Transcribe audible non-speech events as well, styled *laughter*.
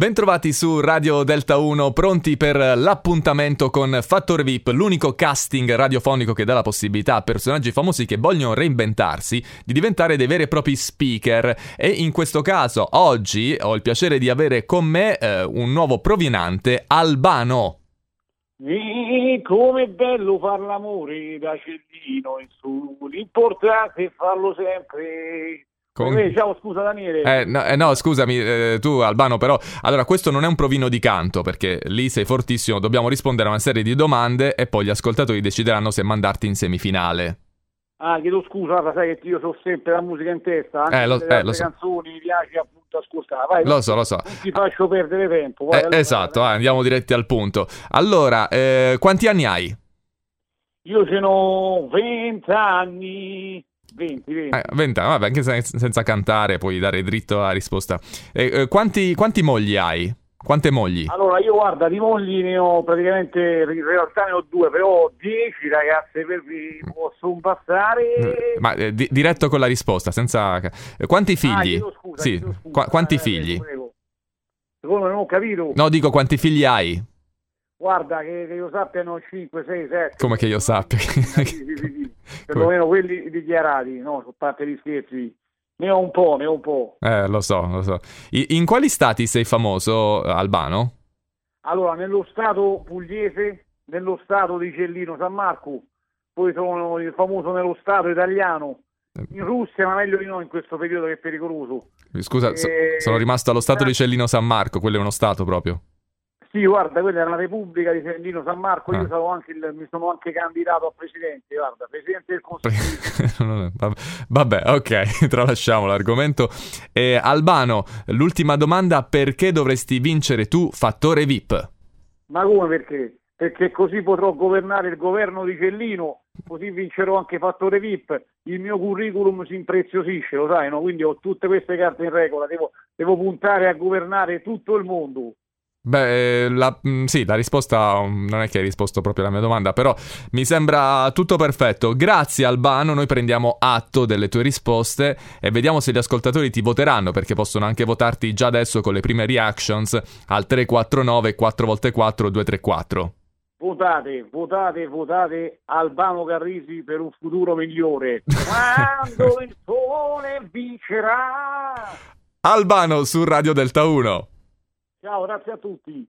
Bentrovati su Radio Delta 1, pronti per l'appuntamento con Factor VIP, l'unico casting radiofonico che dà la possibilità a personaggi famosi che vogliono reinventarsi di diventare dei veri e propri speaker. E in questo caso oggi ho il piacere di avere con me eh, un nuovo provenante albano. Sì, com'è bello far l'amore da Cellino in su, l'importante è farlo sempre. Con- Eh, ciao, scusa Daniele. Eh, no, eh, no, scusami, eh, tu Albano, però allora questo non è un provino di canto perché lì sei fortissimo, dobbiamo rispondere a una serie di domande e poi gli ascoltatori decideranno se mandarti in semifinale. Ah, chiedo scusa, ma sai che io so sempre la musica in testa, anche Eh, lo- se eh, le altre lo so. canzoni mi piace appunto ascoltare. Vai, Lo so, lo so. non ti faccio perdere tempo. vai, Eh, allora. esatto, vai, andiamo diretti al punto. Allora, eh, quanti anni hai? Io ce n'ho 20 anni, 20, 20. Eh, 20 anni, vabbè, anche se- senza cantare puoi dare dritto alla risposta. Eh, eh, quanti, quanti mogli hai? Quante mogli? Allora, io guarda, di mogli ne ho praticamente, in realtà ne ho due, però ho 10 ragazze per vi posso passare. Eh, Mm. Ma eh, di- diretto con la risposta, senza... eh, quanti Ah, figli? chiedo scusa, Sì, chiedo scusa. qua- quanti Eh, figli? prego. Secondo me non ho capito. No, dico quanti figli hai? Guarda, che, che io sappia ne ho 5, 6, 7. Come che io sappia? Sì, sì, *laughs* sì, sì. Perlomeno quelli dichiarati, no, sono parte gli scherzi. Ne ho un po', ne ho un po'. Eh, lo so, lo so. I- in quali stati sei famoso, eh, Albano? Allora, nello stato pugliese, nello stato di Cellino San Marco, poi sono il famoso nello stato italiano. Eh. In Russia, ma meglio di no in questo periodo che è pericoloso. Scusa, so- Eh, sono rimasto allo stato di eh. Cellino San Marco, quello è uno stato proprio. Sì, guarda, quella era la Repubblica di Cellino San Marco, Ah. io sono anche il- mi sono anche candidato a presidente, guarda, presidente del *laughs* Consiglio. Non è- vabbè- Vabbè, ok, *laughs* tralasciamo l'argomento. Eh, Albano, l'ultima domanda, perché dovresti vincere tu fattore VIP? *laughs* Ma come perché? Perché così potrò governare il governo di Cellino, così vincerò anche fattore VIP, il mio curriculum si impreziosisce, lo sai, no? Quindi ho tutte queste carte in regola, devo, devo puntare a governare tutto il mondo. Beh, eh, la- mm, sì, la risposta mm, non è che hai risposto proprio alla mia domanda, però mi sembra tutto perfetto. Grazie Albano, noi prendiamo atto delle tue risposte e vediamo se gli ascoltatori ti voteranno, perché possono anche votarti già adesso con le prime reactions al 349 4x4 234. Votate, votate, votate Albano Carrisi per un futuro migliore. Quando il sole vincerà! Albano su Radio Delta 1. Ciao, grazie a tutti.